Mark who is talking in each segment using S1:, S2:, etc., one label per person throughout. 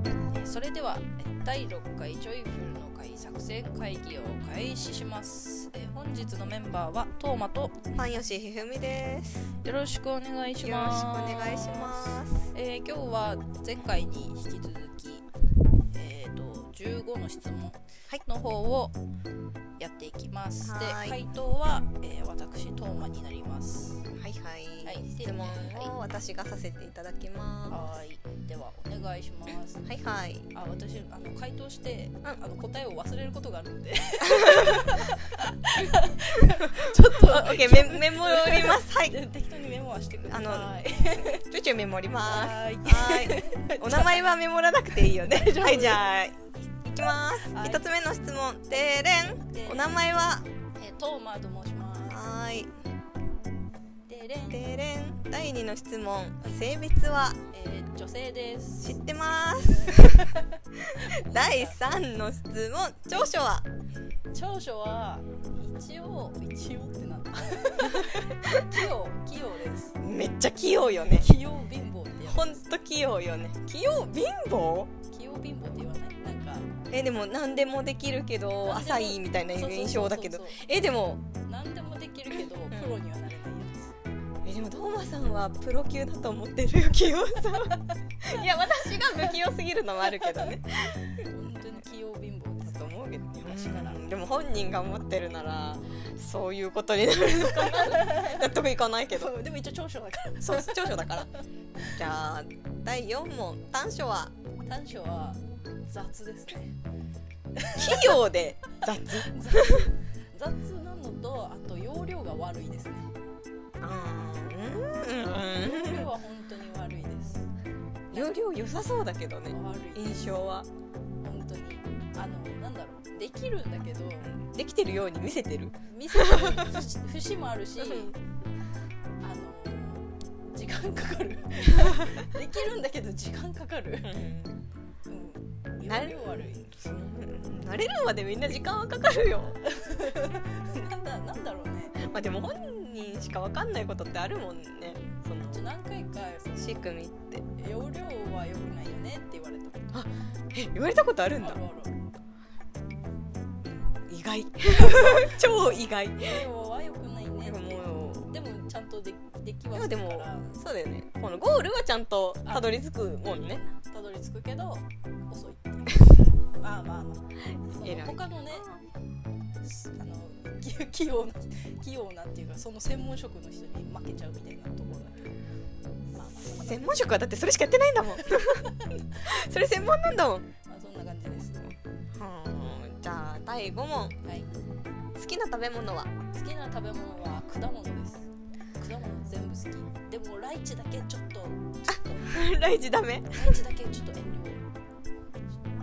S1: れではえー第6回ジョイフルの会作戦会議を開始しますえー本日のメンバーはトーマと
S2: パンヨシひふみです。
S1: よろしくお願いし
S2: よろし
S1: ます
S2: くお願いします。
S1: えー今日は前回に引き続き、えー、と15の質問
S2: はい
S1: の方をやっていきます、
S2: はー
S1: で
S2: い
S1: 回答は、えー私トーマになります
S2: はいはい。
S1: はい
S2: 質問
S1: は
S2: を私がさせていただきま
S1: はーいではお願いします
S2: す。はいはい。
S1: あ私あの回答して、あの答えを忘れることがあるの で
S2: オッケーメメモります。はい。
S1: 適当にメモはしてください
S2: あのちょいちょいメモります。
S1: はーい
S2: はい。 お名前はメモらなくていいよね。 はいじゃあいきます。
S1: はい
S2: 一つ目の質問。でれ
S1: で
S2: ん。お名前は。
S1: えートーマと申します
S2: はい。
S1: でれんえ
S2: でれん。第二の質問。性別は
S1: ー女性です
S2: 知ってます。 第三の質問。長所は。
S1: 長所は一応一応ってなんだ器用器用です
S2: めっちゃ器用よね
S1: 器用貧乏ってや
S2: ほんと器用よね器用貧乏
S1: つ器用貧乏って言わないなんか
S2: えでも何でもできるけど
S1: 何でも
S2: 浅いみたいな
S1: そうそうそうそう
S2: 印象だけどえでも
S1: 何でもできるけどプロにはなれないや
S2: えでもドーマさんはプロ級だと思ってるよ器用さん いや私が不器用すぎるのもあるけどね
S1: つ本当に器用貧乏です
S2: だと思うけどね
S1: 確かに
S2: うんでも本人が思ってるならそういうことになるのか な納得いかないけど
S1: そうでも一応長所だから
S2: そう長所だからじゃあ第4問短所は
S1: 短所は雑ですね
S2: 器用で雑
S1: 雑なのとあと容量が悪いですね
S2: あ
S1: 容
S2: ーうん
S1: 量は本当に悪いです
S2: 容量良さそうだけどね
S1: 悪いです
S2: 印象は
S1: 本当にあのなんだろうできるんだけど
S2: できてるように見せてる
S1: 見せてる節節もあるしあの時間かか るできるんだけど時間かかる、うん、容量
S2: な
S1: 悪
S2: る
S1: い
S2: 慣れるまでみんな時間はかかるよ
S1: なんだなんだろうね
S2: まあでも本人しかわかんないことってあるもんねその
S1: ちょ何回かその
S2: 仕組みって
S1: 容量は良くないよねって言われたこと
S2: え言われたことあるん
S1: あ
S2: だ
S1: るある
S2: 意外 超意外
S1: 容量は良くないね
S2: で
S1: って
S2: もも
S1: でもちゃんとででき
S2: う
S1: は
S2: ですもで
S1: るか
S2: も
S1: ら
S2: そうだよねこのゴールはちゃんとたどり着くもんね
S1: たどり着くけど遅い っていうまあまあまあそ
S2: 偉
S1: の
S2: い
S1: 他のねすあの 器器用な器用なっていうかその専門職の人に負けちゃうみたいなところだけどまあまあまあ
S2: 専門職はだってそれしかやってないんだ もんそれ専門なんだもん
S1: まあそんな感じです。
S2: じゃあ第5問
S1: はい。
S2: 好きな食べ物は
S1: 好きな食べ物は果物です。果物全部好き。でもライチだけちょっと、
S2: ライジダメ
S1: ライチだけちょっと遠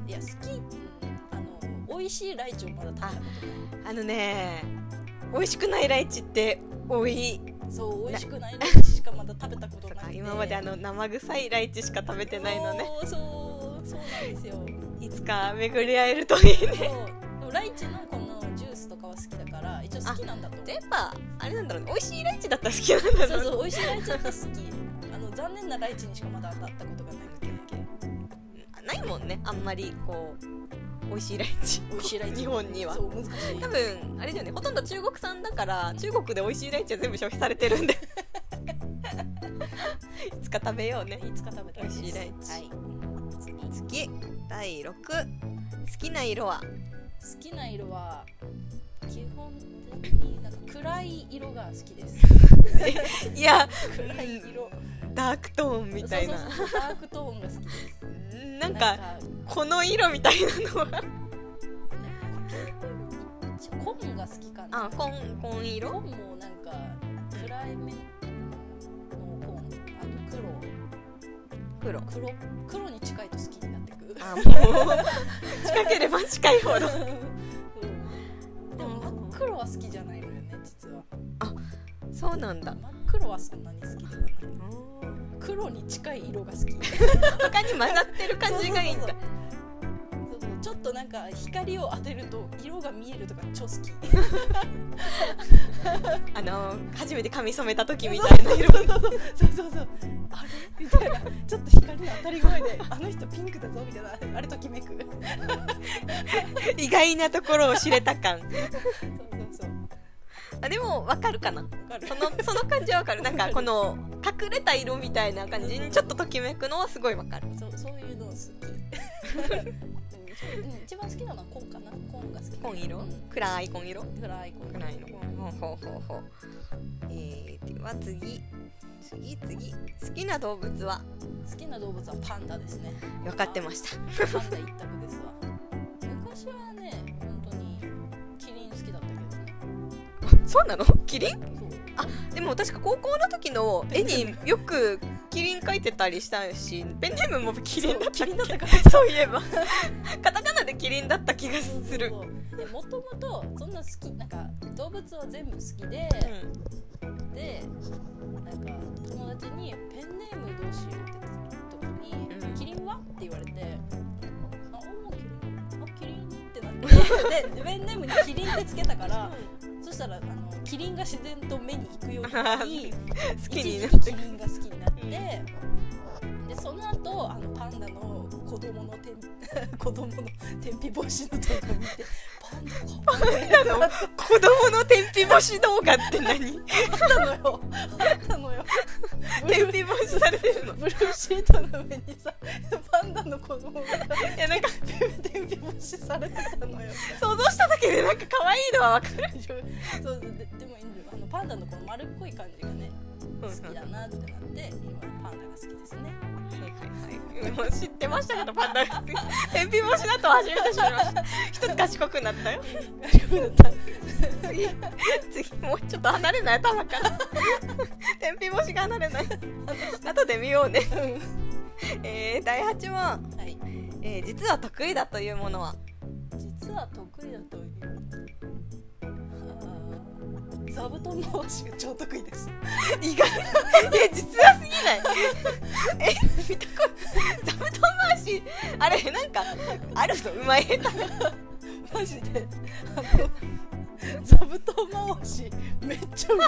S1: 慮。いや好き、うんあの美味しいライチをまだ食べたこ
S2: あのね美味しくないライチって多い
S1: とない。そう美味しくないライチしかまだ食べたこと
S2: と
S1: な
S2: か
S1: くて。
S2: 今まであの生臭いライチしか食べてないのね
S1: そうそうそうなんですよ。
S2: いつか巡り合えるといい
S1: そう
S2: ね
S1: でもライチのこのジュースとかは好きだから一応好きなんだと思う
S2: やっぱあれなんだろうね美味しいライチだったら好きなんだ
S1: そう
S2: ろうね
S1: そう美味しいライチだったら好きあの残念なライチにしかまだ当たったことがなくて
S2: ないもんねあんまりこう美味しいライチ
S1: 美味しいライチ
S2: 日本には
S1: そう難しい
S2: 多分あれだよねほとんど中国産だから中国で美味しいライチは全部消費されてる んでいつか食べようね
S1: いつか食べたいです
S2: 美味しいライチ
S1: はい、次好
S2: 次第6好きな色は
S1: きな色は基本的になんか暗い色が好きです
S2: いや
S1: 暗い色
S2: ダークトーンみたいな
S1: そうそうそうダークトーンが好きです
S2: なんかこの色みたいなのは
S1: コンが好きかな
S2: あコンコン
S1: コ
S2: 色
S1: ンもなんか暗い目のコンあと黒
S2: 黒
S1: 黒黒に近いと好きになってく る
S2: あも う近ければ近い
S1: う
S2: ほど
S1: んでも真っ黒は好きじゃないのよね実は
S2: そうなんだ
S1: 真っ黒はそんなに好きではない黒に近い色が好 き
S2: 他に混ざってる感じがいいんだ
S1: そうそうそうちょっとなんか光を当てると色が見えるとか超好き
S2: あの初めて髪染めた時みたいな色
S1: そうそうそうそうそうあれみたいなちょっと光当たり声で「あの人ピンクだぞ」みたいなあれときめくそう
S2: 意外なところを知れた感
S1: そうそう
S2: あでもわかるかな
S1: わかる
S2: そのその感じはわかる なんかこの隠れた色みたいな感じにちょっとときめくのはすごいわかる
S1: そうそういうの好きうんそううん一番好きなのはコーンかなコーンが好き
S2: 紺色、
S1: うん
S2: 暗い紺色
S1: 暗いコーン
S2: 暗いのほうほうほうほうえー、では次次次好きな動物は
S1: 好きな動物はパンダですね
S2: 分かってました
S1: パンダ一択ですわ昔はね本当にキリン好きだったけどね
S2: そうなのキリ
S1: そ
S2: ン
S1: う
S2: でも確か高校の時の絵によくキリン描いてたりしたしペンネームもキリンだったっけ
S1: から
S2: そういえばカタカナでキリンだった気がする
S1: そうそうでもともとそんな好きなんか動物は全部好きで、
S2: うん
S1: でなんか友達に「ペンネームどうしよう」って言った時に
S2: うん
S1: 「キリンは?」って言われて「あおーキリンあキリン」ってなってでペンネームにキリンってつけたからそしたらあのキリンが自然と目に行くようになり
S2: 好きになっ
S1: 一時
S2: て
S1: 期キリンが好きになって、でその後あのパンダの子供の天 子供の天日干しの動画を見てパンダかわいい
S2: あの子供の天日干し動画って何
S1: あったのよあったのよ
S2: 天日干しされてる の
S1: ブルーシートの上にさパンダの子供が
S2: いやなんか
S1: 天日干しされてたのよ
S2: 想像しただけでなんか可愛いのは分かる
S1: そうででもいいんだよあのパンダのこの丸っこい感じがね好きだなってなって今パンダが好きですね
S2: はいはいはいもう知ってましたけどパンダが好き天日干しだと初めて知りました一つ賢くなったよ次次もうちょっと離れない頭から 天日干しが離れない後で見ようねえー、第8問、
S1: はい
S2: えー実は得意だというものは
S1: 実は得意だというあー座布団回しが超得意です
S2: 意外え実はすぎない え見たこ座布団回しあれなんかあるぞうまい下手
S1: マジであの座布団回しめっちゃうまい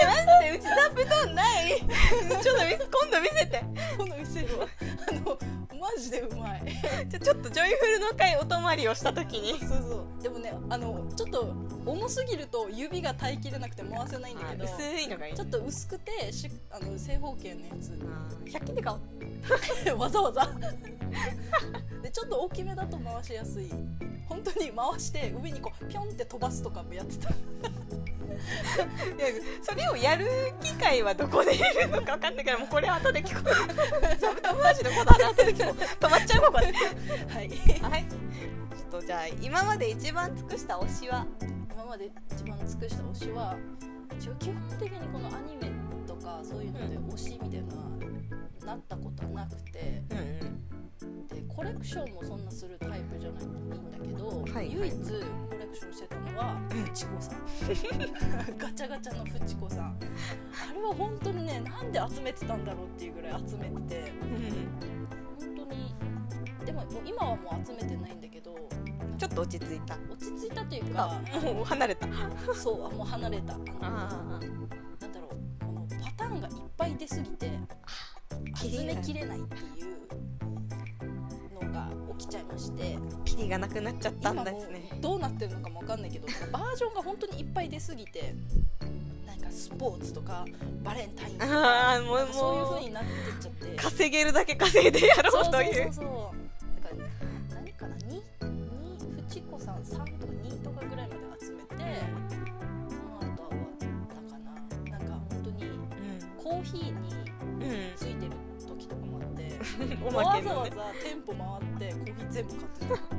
S2: えなんでうち座布団ない ちょっと見せ今度見せて
S1: この店はあのマジでうまい
S2: じゃちょっとジョイフルの会お泊まりをした時に
S1: そうそうでもねあのちょっと重すぎると指が耐えきれなくて回せないんだけど
S2: 薄いのがいい
S1: ちょっと薄くてしあの正方形のや
S2: 100均で買おう
S1: つわざわざでちょっと大きめだと回しやすい本当に回して上にこうピョンって飛ばすとかもやってた
S2: いやそれをやる機会はどこで得るのか分かんないからもうこれ後で聞こう座布団回しのこと話してる時も止まっちゃうもんこれ
S1: はい
S2: はい。ちょっとじゃあ今まで一番尽くした推しは。
S1: 今まで一番尽くした推しは一応基本的にこのアニメとかそういうので推しみたいななったことはなくて
S2: うんうん。
S1: でコレクションもそんなするタイプじゃないんだけど、
S2: はい
S1: 唯一コレクションしてたの はフチコさんガチャガチャのフチコさんあれは本当にねなんで集めてたんだろうっていうぐらい集めてて本当にでももう今はもう集めてないんだけど
S2: ちょっと落ち着いた。
S1: 落ち着いたというか
S2: あ、もう離れた。
S1: そうあもう離れたあの
S2: あ
S1: なんだろうこのパターンがいっぱい出すぎて
S2: キ
S1: 集
S2: リが
S1: めきれないっていうのが起きちゃいまして。
S2: あ。キリがなくなっちゃった
S1: 今
S2: ん
S1: も
S2: ですね。
S1: うどうなってるのかもわかんないけどバージョンが本当にいっぱい出すぎてなんかスポーツとかバレンタインとか
S2: ああもう
S1: そういう
S2: も
S1: 風
S2: う
S1: になってっちゃって
S2: 稼げるだけ稼いでや
S1: そ
S2: ろ
S1: う
S2: う
S1: そう
S2: とい
S1: そうう。そうだから何かな2ふちこさん3とか2とかぐらいまで集めてその後はだかななんか本当にコーヒーに
S2: うんうん
S1: ついてる時とかもあって
S2: おま
S1: わ
S2: け
S1: ざ
S2: の
S1: わ
S2: ね
S1: ざ店舗回ってコーヒー全部買ってた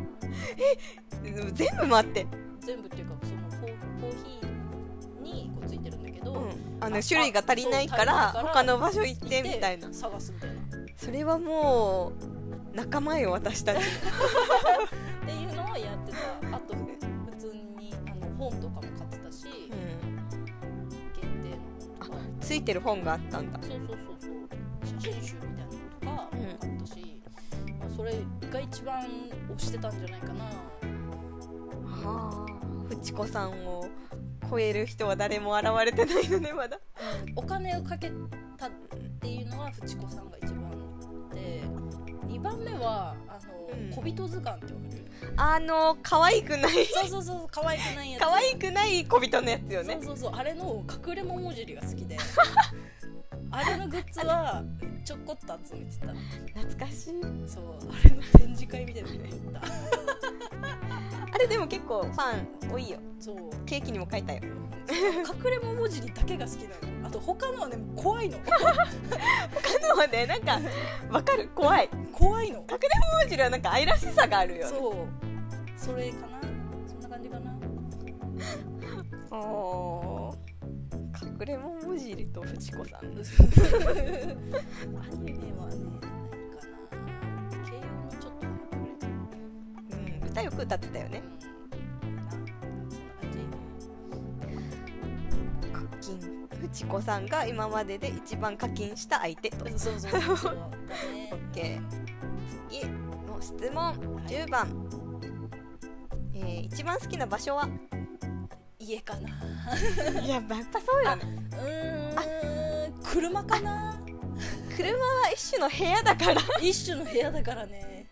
S2: うん全部回って、
S1: 全部っていうかそのコーコーヒーにこうついてるんだけど、
S2: あ
S1: あ
S2: の種類が足りないか
S1: そう
S2: ら
S1: 足りないから
S2: 他の場所行っ
S1: 行って
S2: みたいな
S1: 探すみたいなっ
S2: それはもう仲間よ私たち
S1: ていうのをやってたあと普通にあの本とかも買ってたし、
S2: うん
S1: 限定の本とか
S2: ついてる本があったんだ
S1: そうそうそうそう写真集みたいなのとか買ったし、まあ、それが一番推してたんじゃないかな
S2: はあ、フチコさんを吠える人は誰も現れてないのねまだ
S1: お金をかけたっていうのはフチ子さんが一番で2番目はあの、
S2: うん
S1: 小人図鑑ってわかる
S2: あの可愛くない
S1: そうそうそう可愛くないやつ
S2: 可愛くない小人のやつよね
S1: そうそうそうあれの隠れ桃尻が好 きであれのグッズはちょこっと集めてた
S2: 懐かしい
S1: そうあれの展示会みたいなのに行った
S2: あれでも結構ファン多いよ
S1: そう
S2: ケーキにも書いたよ
S1: 隠れ桃尻だけが好きなのあと他のはね怖いの
S2: 他のはねなんかわかる怖い
S1: 怖いの
S2: 隠れ桃汁はなんか愛らしさがあるよね
S1: そうそれかなそんな感じか な
S2: おー隠れ桃汁と藤子さん
S1: アニメはね、何かな、慶応もちょっと隠れてる
S2: うん歌よく歌ってたよね
S1: な、そんな感じ。
S2: 課金藤子さんが今までで一番課金した相手と
S1: そうそうそうそう。だ ね
S2: オッケ次の質問10番、えー一番好きな場所は
S1: 家かな。
S2: い ややっぱそうよね
S1: うーん、車かな。
S2: 車は一種の部屋だから
S1: 一種の部屋だからね。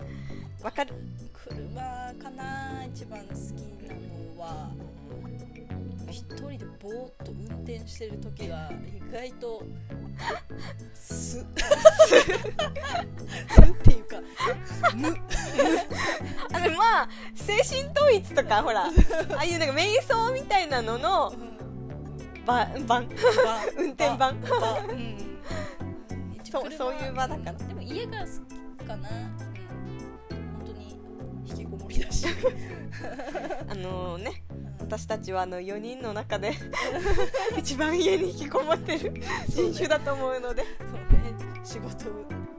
S2: わかる
S1: 車かな、一番好きなのは。一人でぼーっと運転してる時が意外とすなんていうか無
S2: あのまあ精神統一とかほ らああいうなんか瞑想みたいなののば版運転版
S1: 場、うん、
S2: そう
S1: 車
S2: そういう場だから
S1: でも家が好きかな、うん、本当に引きこもりだし、
S2: あのね
S1: うん
S2: 私たちはあの4人の中で 一番家に引きこもってる人種だと思うので
S1: そうね仕事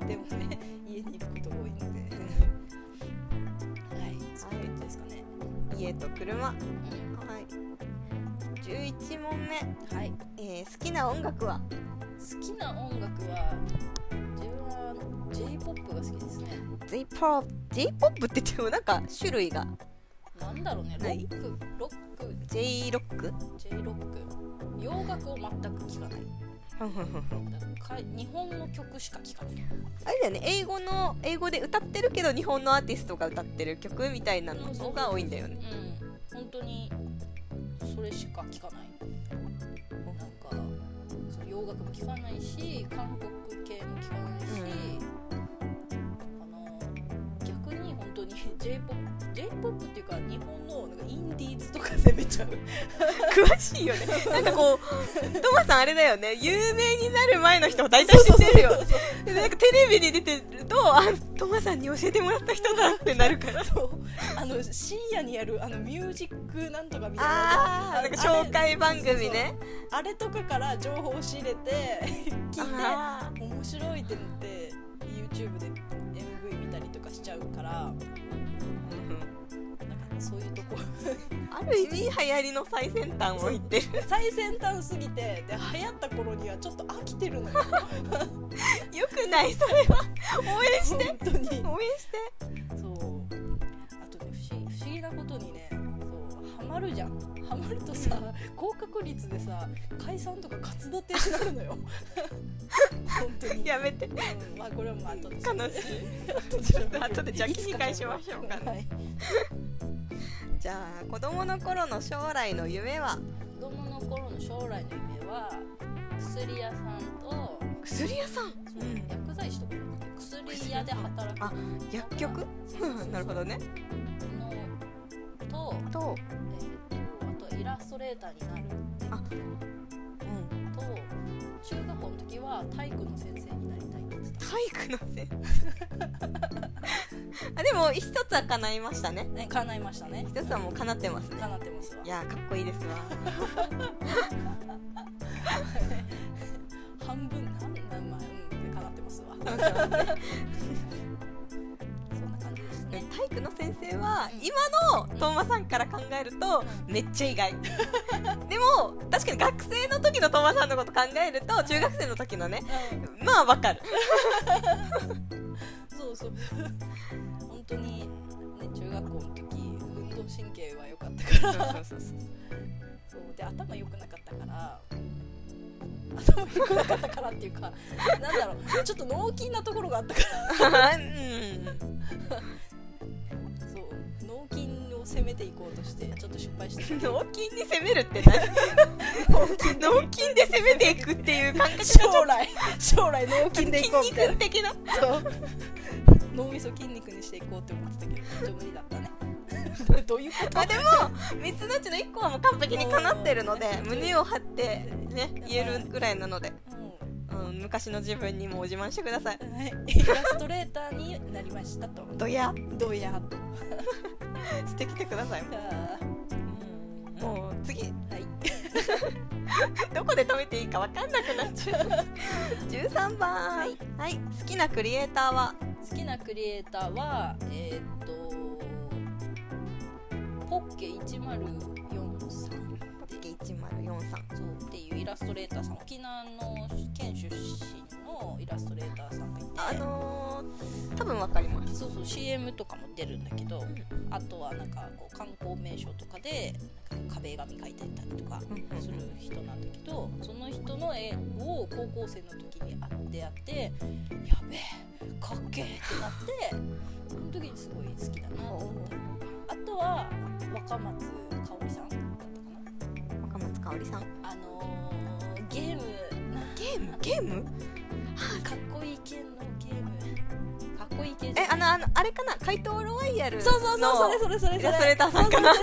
S1: でもね家にいることが多いので、はいそういう感じですかね、
S2: 家と車はい11問目、
S1: うんはい
S2: えー好きな音楽は
S1: 好きな音楽は自分は j p o p が好きですね
S2: j p o p j p o p って言ってもなんか種類が
S1: なんだろうねロ
S2: はい
S1: ックロック
S2: j ロック
S1: j ロック洋楽を全く聴かないだからか日本の曲しか聴かない
S2: あれだよね英語の英語で歌ってるけど日本のアーティストが歌ってる曲みたいなのが多いんだよね
S1: うん本当にそれしか聞かないなんかそう洋楽も聞かないし韓国系も聞かないし、あの逆に本当に j p o p j p o p っていうか日本のなんかインディーズとか攻めち ゃう
S2: 詳しい よねなんかこうトマさんあれだよね有名になる前の人を大体知ってるよ
S1: そうそう
S2: でなんかテレビに出てるとあトマさんに教えてもらった人だってなるから
S1: そうあの深夜にやるあのミュージックなんとかみたいな
S2: あーなんか紹介番組ね
S1: あれとかから情報を仕入れて聞いて
S2: あ
S1: 面白いってのって YouTube で MV 見たりとかしちゃうからなんか
S2: ー
S1: そういうとこ
S2: ある意味流行りの最先端を言ってる
S1: 最先端すぎてで流行った頃にはちょっと飽きてるのよ
S2: よくないそれは応援して
S1: 本当に
S2: 応援して
S1: そうあとね不思議不思議なことにねそうハマるじゃんハマると さ高確率でさ解散とか活動停止になるの よ本当に
S2: やめて
S1: うんまあこれはまあ後で
S2: 悲しい
S1: ちょっと
S2: 後でじゃあ聞き返しましょうかね
S1: はい
S2: じゃあ子供の頃の将来の夢は
S1: 子供の頃の将来の夢は薬屋さんと
S2: 薬屋さ
S1: そ
S2: ん
S1: う
S2: うん
S1: 薬剤師とかじゃなくて薬屋で働く
S2: あ薬局なるほどね
S1: のと,、
S2: と、
S1: えーとあとイラストレーターになる
S2: あ
S1: と中学校の時は体育の先生になりたいって言ってた
S2: 体育の先生 あでも一つは叶いましたね
S1: ね叶いましたね
S2: 一つはもう叶ってますね
S1: 叶ってますわ
S2: いやーかっこいいですわ
S1: 半分半分まあうん叶ってます わそんな感じですね
S2: 体育の先生は今のトーマさんから考えるとめっちゃ意外 でも確かに学生の時のトーマさんのこと考えると中学生の時のね
S1: うん
S2: まあわかる
S1: そうそう本当にね中学校の時運動神経は良かったから
S2: そうそうそうそう
S1: そうで頭良くなかったから頭良くなかったからっていうかなんだろうちょっと脳筋なところがあったから
S2: うん
S1: そう脳筋を攻めていこうとしてちょっと失敗してた
S2: 脳筋に攻めるって何脳筋で攻めていくっていう感覚がちょっ
S1: 将来将来脳
S2: と筋
S1: 筋でいこうみたいな
S2: 肉的な
S1: そう脳みそ筋肉にしていこうって思ってたけどちょっと無理だったねどういうこと
S2: あでも3つのうちの1個はもう完璧にかなってるので胸を張ってね言えるぐらいなので、
S1: も
S2: うん、昔の自分にもう自慢してくださいう
S1: はいイラストレーターになりましたと
S2: どや
S1: どやと
S2: 捨てきてください
S1: あ
S2: もう次
S1: ーはい
S2: どこで止めていいか分かんなくなっちゃう13番は
S1: はいい、
S2: 好きなクリエイターは
S1: 好きなクリエイターはえーっとポッケ1043
S2: ポッケ1043
S1: そうっていうイラストレーターさん沖縄の県出身のイラストレーターさんがいて
S2: あのー、多分分かります
S1: そうそう CM とかも出るんだけど、あとはなんかこう観光名所とかでなんか壁紙描いてたりとかする人なんだけどその人の絵を高校生の時に会ってやってやべえかっけえってなってその時にすごい好きだなと思ったあとは若松香織さんだった
S2: 若松香織さん
S1: かなあのー、ゲームな
S2: ゲームゲーム
S1: かっこいい系のゲームかっこいい系じ
S2: え
S1: ゃ
S2: あのあのあれかな怪盗ロワイヤルの
S1: そうそうそうそれそれそれ
S2: イ
S1: それ
S2: ラス トレーターさんかな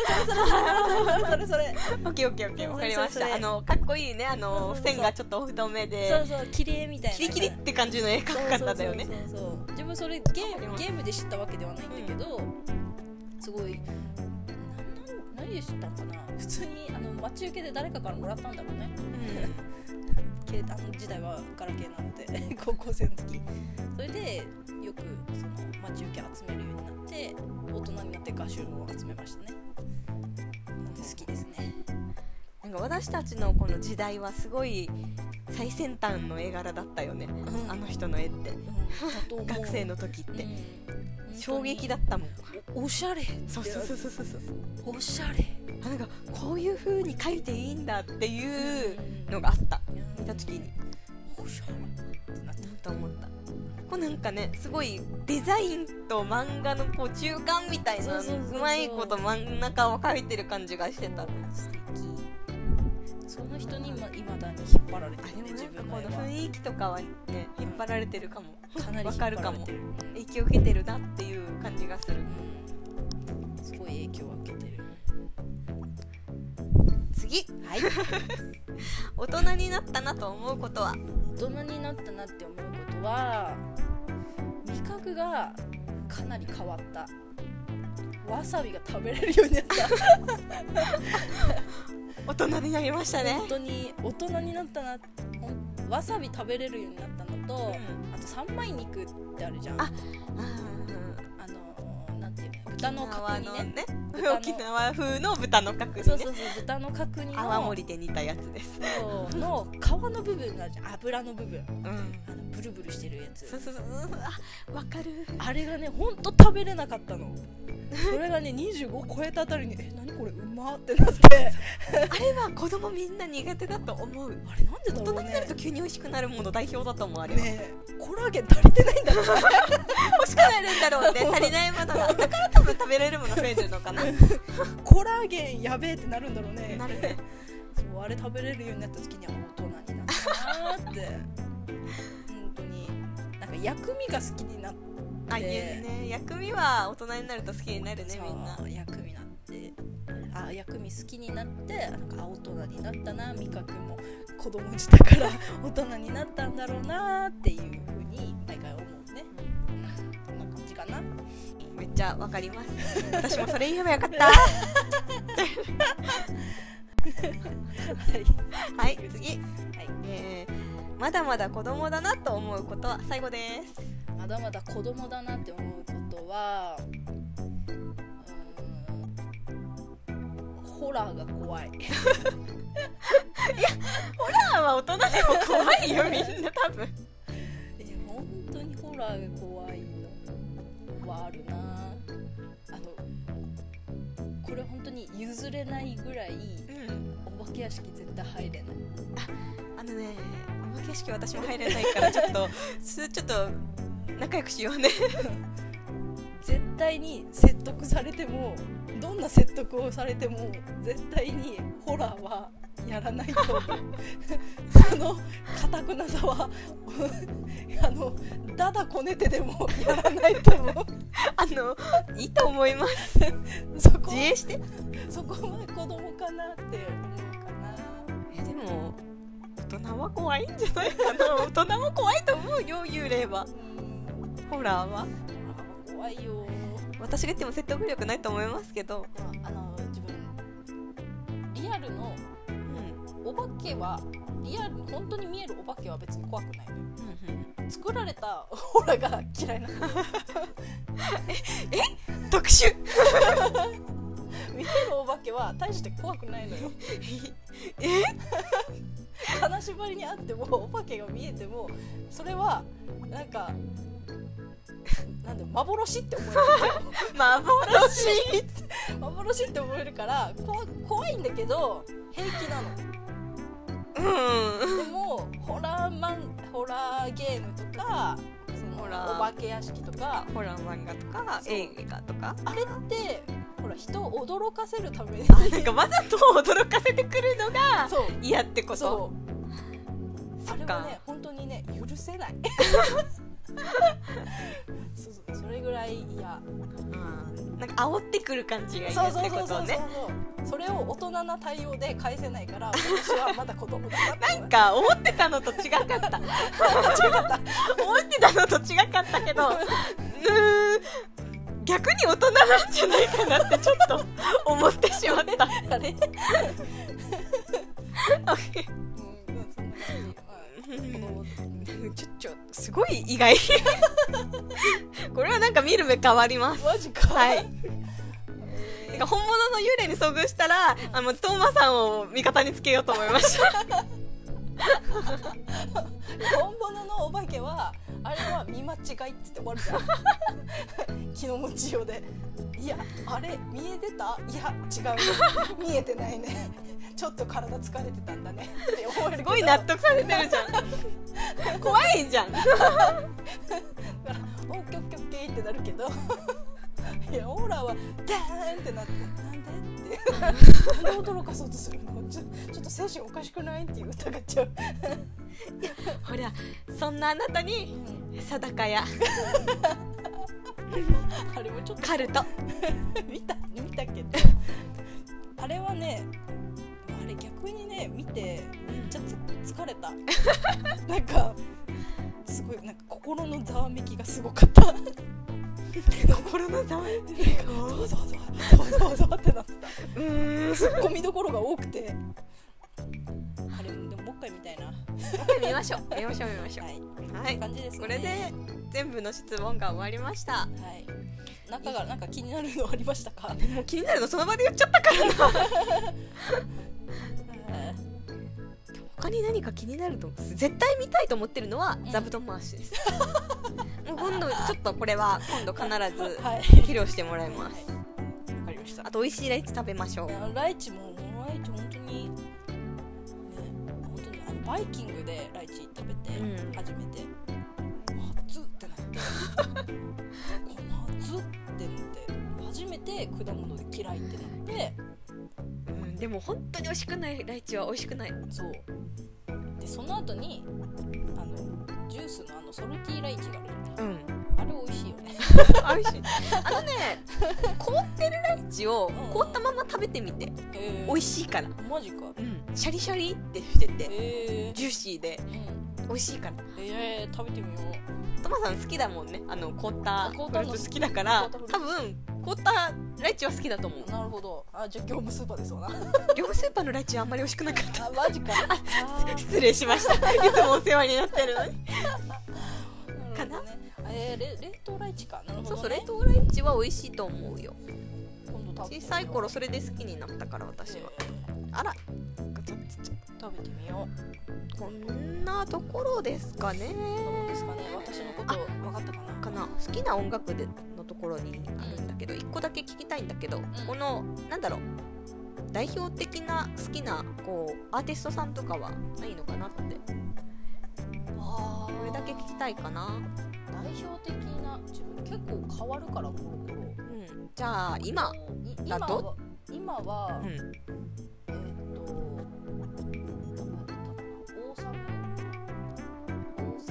S1: それそれ
S2: オッケーオッケーオッケーわかりまし
S1: それそ
S2: た
S1: れ
S2: あのかっこいいねあの
S1: そうそうそう
S2: 線がちょっと太め
S1: そう
S2: で
S1: そう切り絵みたいな
S2: キリキリって感じの絵描く方だよね
S1: そうそうそうそう自分それゲームゲームで知ったわけではないんだけど、すごいなな何で知ったのかな普通にあの待ち受けで誰かからもらったんだろうね携あの時代はガラケーなので 高校生の時それでよくその待ち受け集めるようになって大人になって画集を集めましたねなんで好きですね
S2: なんか私たちのこの時代はすごい最先端の絵柄だったよね
S1: うん
S2: あの人の絵って
S1: うんだと思う
S2: 学生の時って
S1: うん
S2: 衝撃だったもん
S1: おしゃれ
S2: そうそうそうそうそうそう
S1: おしゃれ
S2: あなんかこういう風に描いていいんだっていう
S1: うん
S2: のがあった見
S1: 見
S2: た時に
S1: おしゃれってなって
S2: と思ったこうなんかねすごいデザインと漫画のこう中間みたいな
S1: そうそうそうそう
S2: うまいこと真ん中を描いてる感じがしてたあ
S1: 素敵その人にいまだに引っ張られて
S2: で
S1: る
S2: も
S1: ね
S2: な
S1: 自
S2: んか
S1: 分
S2: こ
S1: の絵
S2: の
S1: は
S2: 雰囲気とかはね引っ張られてるかも
S1: かなり引っ張られて
S2: わかるかも
S1: うん
S2: 影響受けてるなっていう感じがする
S1: うんすごい影響を受けてる
S2: 次
S1: はい
S2: 大人になったなと思うことは
S1: 大人になったなって思うことは味覚がかなり変わったわさびが食べれるようになった
S2: 大人になりましたね
S1: 本当に大人になったなほんわさび食べれるようになったのと、あと三枚肉ってあるじゃん
S2: あ
S1: あ
S2: うん
S1: のーなんていうの豚の角
S2: 沖
S1: 煮
S2: 縄の
S1: ね
S2: ね
S1: の
S2: 沖縄風の豚の角
S1: そう
S2: 煮
S1: そうそ
S2: ね
S1: う豚の角煮の
S2: 泡盛で煮たやつです
S1: そうの皮の部分があるじゃん油の部分
S2: うん
S1: あのブルブルしてるや
S2: そ
S1: つ
S2: うそうそううんあわかる
S1: あれがねほんと食べれなかったのそれがね25超えたあたりに「え何これうま」ってなって
S2: あれは子供みんな苦手だと思う
S1: あれなんでだ
S2: 大
S1: ろ
S2: 人
S1: う
S2: にな
S1: ね
S2: ると急に美味しくなるもの代表だと思うあれは、
S1: ねえコラーゲン足りてないんだろうね
S2: 欲しくなるんだろう ね足りないものがだから多分食べれるもの増えてるのか な
S1: コラーゲンやべえってなるんだろうね
S2: なるね
S1: そうあれ食べれるようになった時には大人になったなーって 本当になんか薬味が好きになって
S2: あ言うね薬味は大人になると好きになるねみんな
S1: そう薬味なってあ薬味好きになってなんかあ大人になったな味覚も子供時代から 大人になったんだろうなっていうふうに毎回思うねうんこんな感じかな
S2: めっちゃわかります 私もそれ言えばよかった
S1: はい
S2: はい次、
S1: はい
S2: えーまだまだ子供だなと思うことは最後です
S1: まだまだ子供だなって思うことはうーんホラーが怖い
S2: ホラーは大人でも怖いよみんな多分
S1: え本当にホラーが怖いのはあるなあのこれ本当に譲れないぐらい
S2: うん
S1: 思お化け屋敷絶対入れない
S2: あのねお化け屋敷私も入れないからちょっと すちょっと仲良くしようね
S1: 絶対に説得されてもどんな説得をされても絶対にホラーはやらないとその堅くなさは あのだだこねてでもやらないと思
S2: あのいいと思います
S1: うそこ
S2: 自衛して
S1: そこは子供かなって思うかな
S2: えでも大人は怖いんじゃないか な大人は怖いと思うよ幽霊は
S1: うん
S2: ホラーは
S1: 怖いよ
S2: 私が言っても説得力ないと思いますけど、
S1: でもあの自分リアルの
S2: うん
S1: お化けはリアル本当に見えるお化けは別に怖くないのよ作られたオーラが嫌いなの
S2: 特殊
S1: 見えるお化けは大して怖くないのよ金縛りにあってもお化けが見えてもそれはなんかなんだ幻って思え
S2: 幻
S1: る幻って思えるから怖怖いんだけど平気なの
S2: うん
S1: でもホラーマンホラーゲームとかその
S2: ホラー
S1: お化け屋敷とか
S2: ホラー漫画とか
S1: そう
S2: 映画とか
S1: あれってほら人を驚かせるために
S2: あなんかわざと驚かせてくるのが
S1: そう
S2: 嫌ってこと
S1: そう
S2: そ
S1: そ
S2: っ
S1: れ
S2: か
S1: はね本当にね許せ ないそうそうそれぐらい嫌
S2: うんなんか煽ってくる感じが嫌
S1: そう
S2: っ
S1: そう
S2: て
S1: そ
S2: こ
S1: うそ
S2: と
S1: う
S2: ね
S1: そうそれを大人な対応で返せないから私はまだ子供だなって思う
S2: なんか思ってたのと違かった 思ってたのと違かったけどうーん逆に大人なんじゃないかなってちょっと思ってしま った
S1: あれ、
S2: OK
S1: うんまあ、そんな感じ、まあ、子 供
S2: ちょちょすごい意外 これはなんか見る目変わります
S1: マジか
S2: はいなんか本物の幽霊に遭遇したらあのトーマさんを味方につけようと思いました
S1: 本物のお化けはあれは見間違いっつって終わるじゃん 気の持ちようでいやあれ見えてたいや違うね見えてないねちょっと体疲れてたんだねって思えるけど
S2: すごい納得されてるじゃん怖いじゃん
S1: おっけおっけおっけってなるけどいやオーラはダーンってなってなんでってなんで驚かそうとするのちょちょっと精神おかしくないっていう疑っちゃう、
S2: ほらそんなあなたに定かや
S1: あれもちょっと
S2: カルト
S1: 見た見たけどあれはねあれ逆にね見てめっちゃつ疲れ たなんかすごいなんか心のざわめきがすごかったなんか
S2: 心のざわめ
S1: ざわざわざわざわざわってなってた
S2: うーん
S1: ツッコミどころが多くてあれでももう一回見たいなは
S2: 見ましょう見ましょう見ましょ
S1: いう
S2: はい
S1: 感じですね
S2: これで全部の質問が終わりました
S1: はい中がなんか気になるのありました か
S2: もう気になるのその場で言っちゃったから
S1: え
S2: 他に何か気になると絶対見たいと思ってるのは座布団回しです もう今度ちょっとこれは今度必ず
S1: ーはい
S2: 披露してもらいます
S1: はいわかりました
S2: あと美味しいライチ食べましょう
S1: いやライチもライチ本当にね本当にあのバイキングでライチ食べて、
S2: うん
S1: 初めて熱っってなってこの熱っってなって初めて果物で嫌いってなって
S2: うんでも本当に美味しくないライチは美味しくない
S1: そうでその後にあのジュースのあのソルティーライチがあるじゃない
S2: うん
S1: あれ美味しいよね
S2: 美味しい あのね凍ってるライチを
S1: うん
S2: 凍ったまま食べてみて
S1: え
S2: 美味
S1: し
S2: しいから、
S1: いマジか
S2: シャリシャリってしてて
S1: えー
S2: ジューシーで
S1: うん
S2: 美味しいから
S1: えー、食べてみよう
S2: トマさん好きだもんねあの凍った
S1: あ凍っ
S2: フ
S1: た
S2: ル
S1: の
S2: ーツ好きだから
S1: 凍ったフルーツ
S2: 多分凍ったライチは好きだと思う
S1: なるほどあじゃあ業務スーパーですわな
S2: 業務スーパーのライチはあんまり美味しくなかった
S1: あマジかあー
S2: 失礼しましたいつもお世話になってるのにかな
S1: るほどねえー、れ冷凍ライチかなるほ
S2: そうそ
S1: ど、
S2: う冷
S1: ね、
S2: 凍ライチは美味しいと思うよ
S1: 今度食べてみ
S2: 小
S1: よう
S2: さい頃それで好きになったから私は
S1: え
S2: あらガチャッチャッ
S1: ー食べてみよう
S2: こんなところですかね
S1: どうですかね私のこと分かったかな
S2: かな好きな音楽でのところにあるんだけど1個だけ聞きたいんだけど、
S1: ん
S2: このなんだろう代表的な好きなこうアーティストさんとかはないのかなって
S1: あ
S2: これだけ聞きたいかな
S1: 代表的な自分結構変わるからコロコロ
S2: うんじゃあ今
S1: い今
S2: だと
S1: は今は、
S2: ん
S1: えーっと名前出たかなオーサ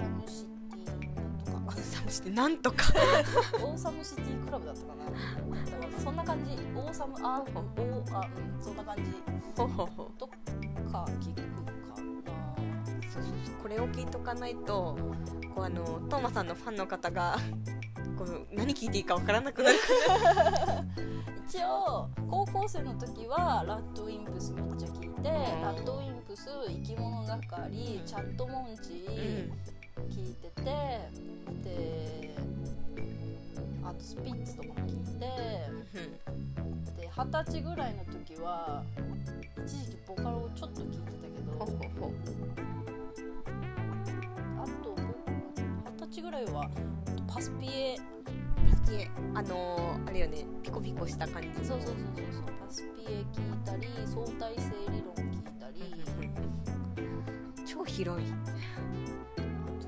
S1: ムオーサムシティなんとか
S2: サムシティなんとか
S1: オーサムシティクラブだったかななんかそんな感じオーサムアーフオーあうんそんな感じ
S2: ほうほうほう
S1: とか聞くかな
S2: そうそうそうこれを聞いとかないとこうあのトーマさんのファンの方がこう何聞いていいかわからなくなる
S1: 一応高校生の時はラッドウィンプスめっちゃ聞いて、ラッドウィンプス生き物係チャットモンチ
S2: う
S1: 聞いてて、であとスピッツとかも聞いて
S2: ん
S1: で二十歳ぐらいの時は一時期ボカロをちょっと聞いてたけど
S2: ほうほうほう
S1: あと二十歳ぐらいはパスピエ
S2: 好きあのーあれよねピコピコした感じ
S1: そうそうそうそうそうパスピエ聞いたり相対性理論聞いたり
S2: 超広い
S1: あ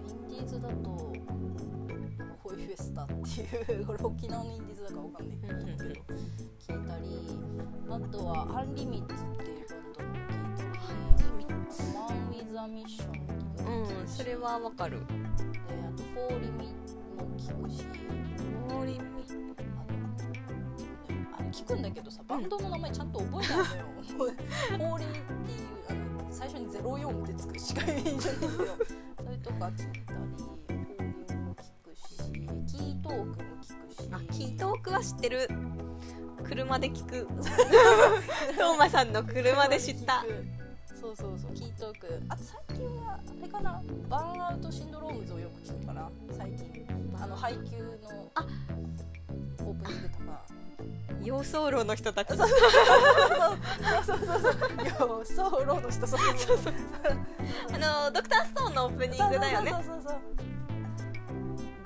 S1: とインディーズだとあのホイフェスタっていうこれ沖縄のインディーズだからわかんないけど聞いたりあとはアンリミッツっていうバンドも聞いたりマン・ウィズ・ア・ミッションとかも聞いた
S2: うん
S1: り
S2: それはわかる
S1: であとフォーリミも聞くし
S2: モーリ
S1: あのあれ聞くんだけどさバンドの名前ちゃんと覚えないのよフォーリミっていうあの最初に04ってつくしか言えないんじゃないけどそれとか聞いたりフォーリミも聞くしキートークも
S2: あ
S1: 聞くし
S2: キートークは知ってる車で聞 くトーマさんの車で知 った
S1: そうそうそうキートークあと最近はあれかなバーンアウトシンドロームズをよく聞くから最近あの配給の
S2: あ
S1: オープニングとか
S2: 洋走路の人た ち
S1: そうそうそうそうそうローの人そうそうそう
S2: あのドクターストーンのオープニングだよね
S1: そうそうそう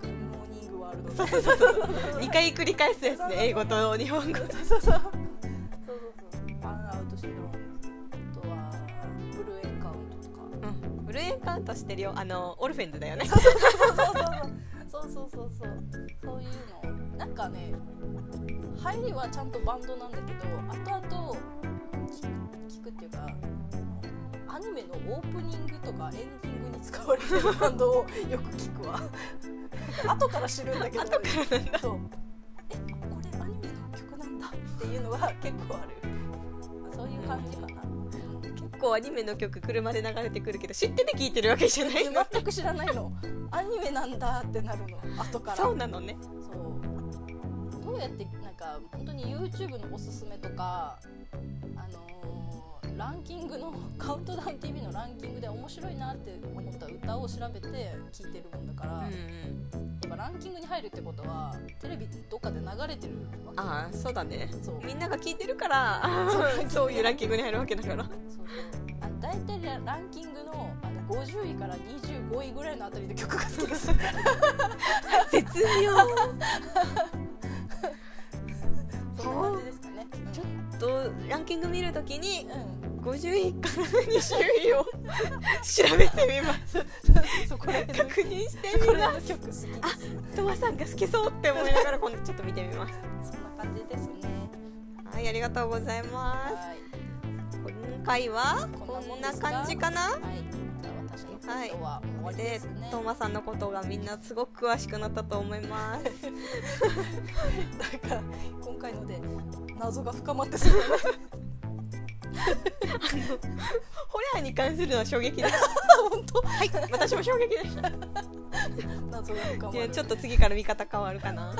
S1: グッドモーニングワールド
S2: そ
S1: そうう
S2: そうそうそう2回繰り返すやつね英語と日本語
S1: そうそうそうそうバーンアウトシンドロームあとはブルーエンカウントとか
S2: ブルーエンカウントしてるよあのオルフェンズだよね
S1: そうそうそうそうそういうのなんかね入りはちゃんとバンドなんだけど後々聞く聞くっていうかアニメのオープニングとかエンディングに使われてるバンドをよく聞くわ後から知るんだけど 後からそうえこれアニメの曲なんだっていうのは結構あるそういう感じかな
S2: 結構アニメの曲車で流れてくるけど知ってて聞いてるわけじゃないの
S1: 全く知らないのアニメなんだってなるの後から
S2: そうなのね
S1: そうどうやってなんか本当に YouTube のおすすめとかあのーランキングの「カウントダウン t v のランキングで面白いなって思った歌を調べて聴いてるもんだから、やっぱランキングに入るってことはテレビどっかで流れてるわけ
S2: ああそうだね
S1: そう
S2: みんなが聞いてるから
S1: そう
S2: そういうランキングに入るわけだから
S1: そうそうあの大体ラランキングのあの50位から25位ぐらいのあたりの曲が好きです
S2: 絶妙
S1: そんな感じですかね
S2: ちょっとランキング見るときに
S1: うん、うん
S2: 50位から20位を調べてみます
S1: そうこれ
S2: 確認して
S1: こ
S2: み
S1: れ
S2: ま
S1: の曲好きです
S2: すトマさんが好きそうって思いながら今度ちょっと見てみます
S1: そんな感じですね
S2: はいありがとうございます
S1: はい
S2: 今回はこ
S1: こんなも
S2: ん
S1: んで
S2: な
S1: すが
S2: 感じかな
S1: はい、じゃあ私のことは終わりで
S2: です
S1: ね。
S2: トーマさんのことがみんなすごく詳しくなったと思います
S1: なんか今回ので謎が深まってすごい。
S2: ホラーに関するのは衝撃です本当はい 私も衝撃でした
S1: 謎が深ま
S2: いや
S1: る。
S2: ちょっと次から見方変わるか な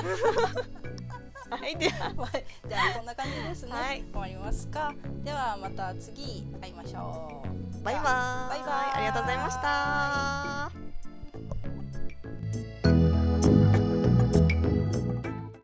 S2: はいでは
S1: はい、じゃあこんな感じですね。
S2: はい
S1: 終わりますか。ではまた次会いましょう。
S2: バイバーイ
S1: バイバイ
S2: ありがとうございました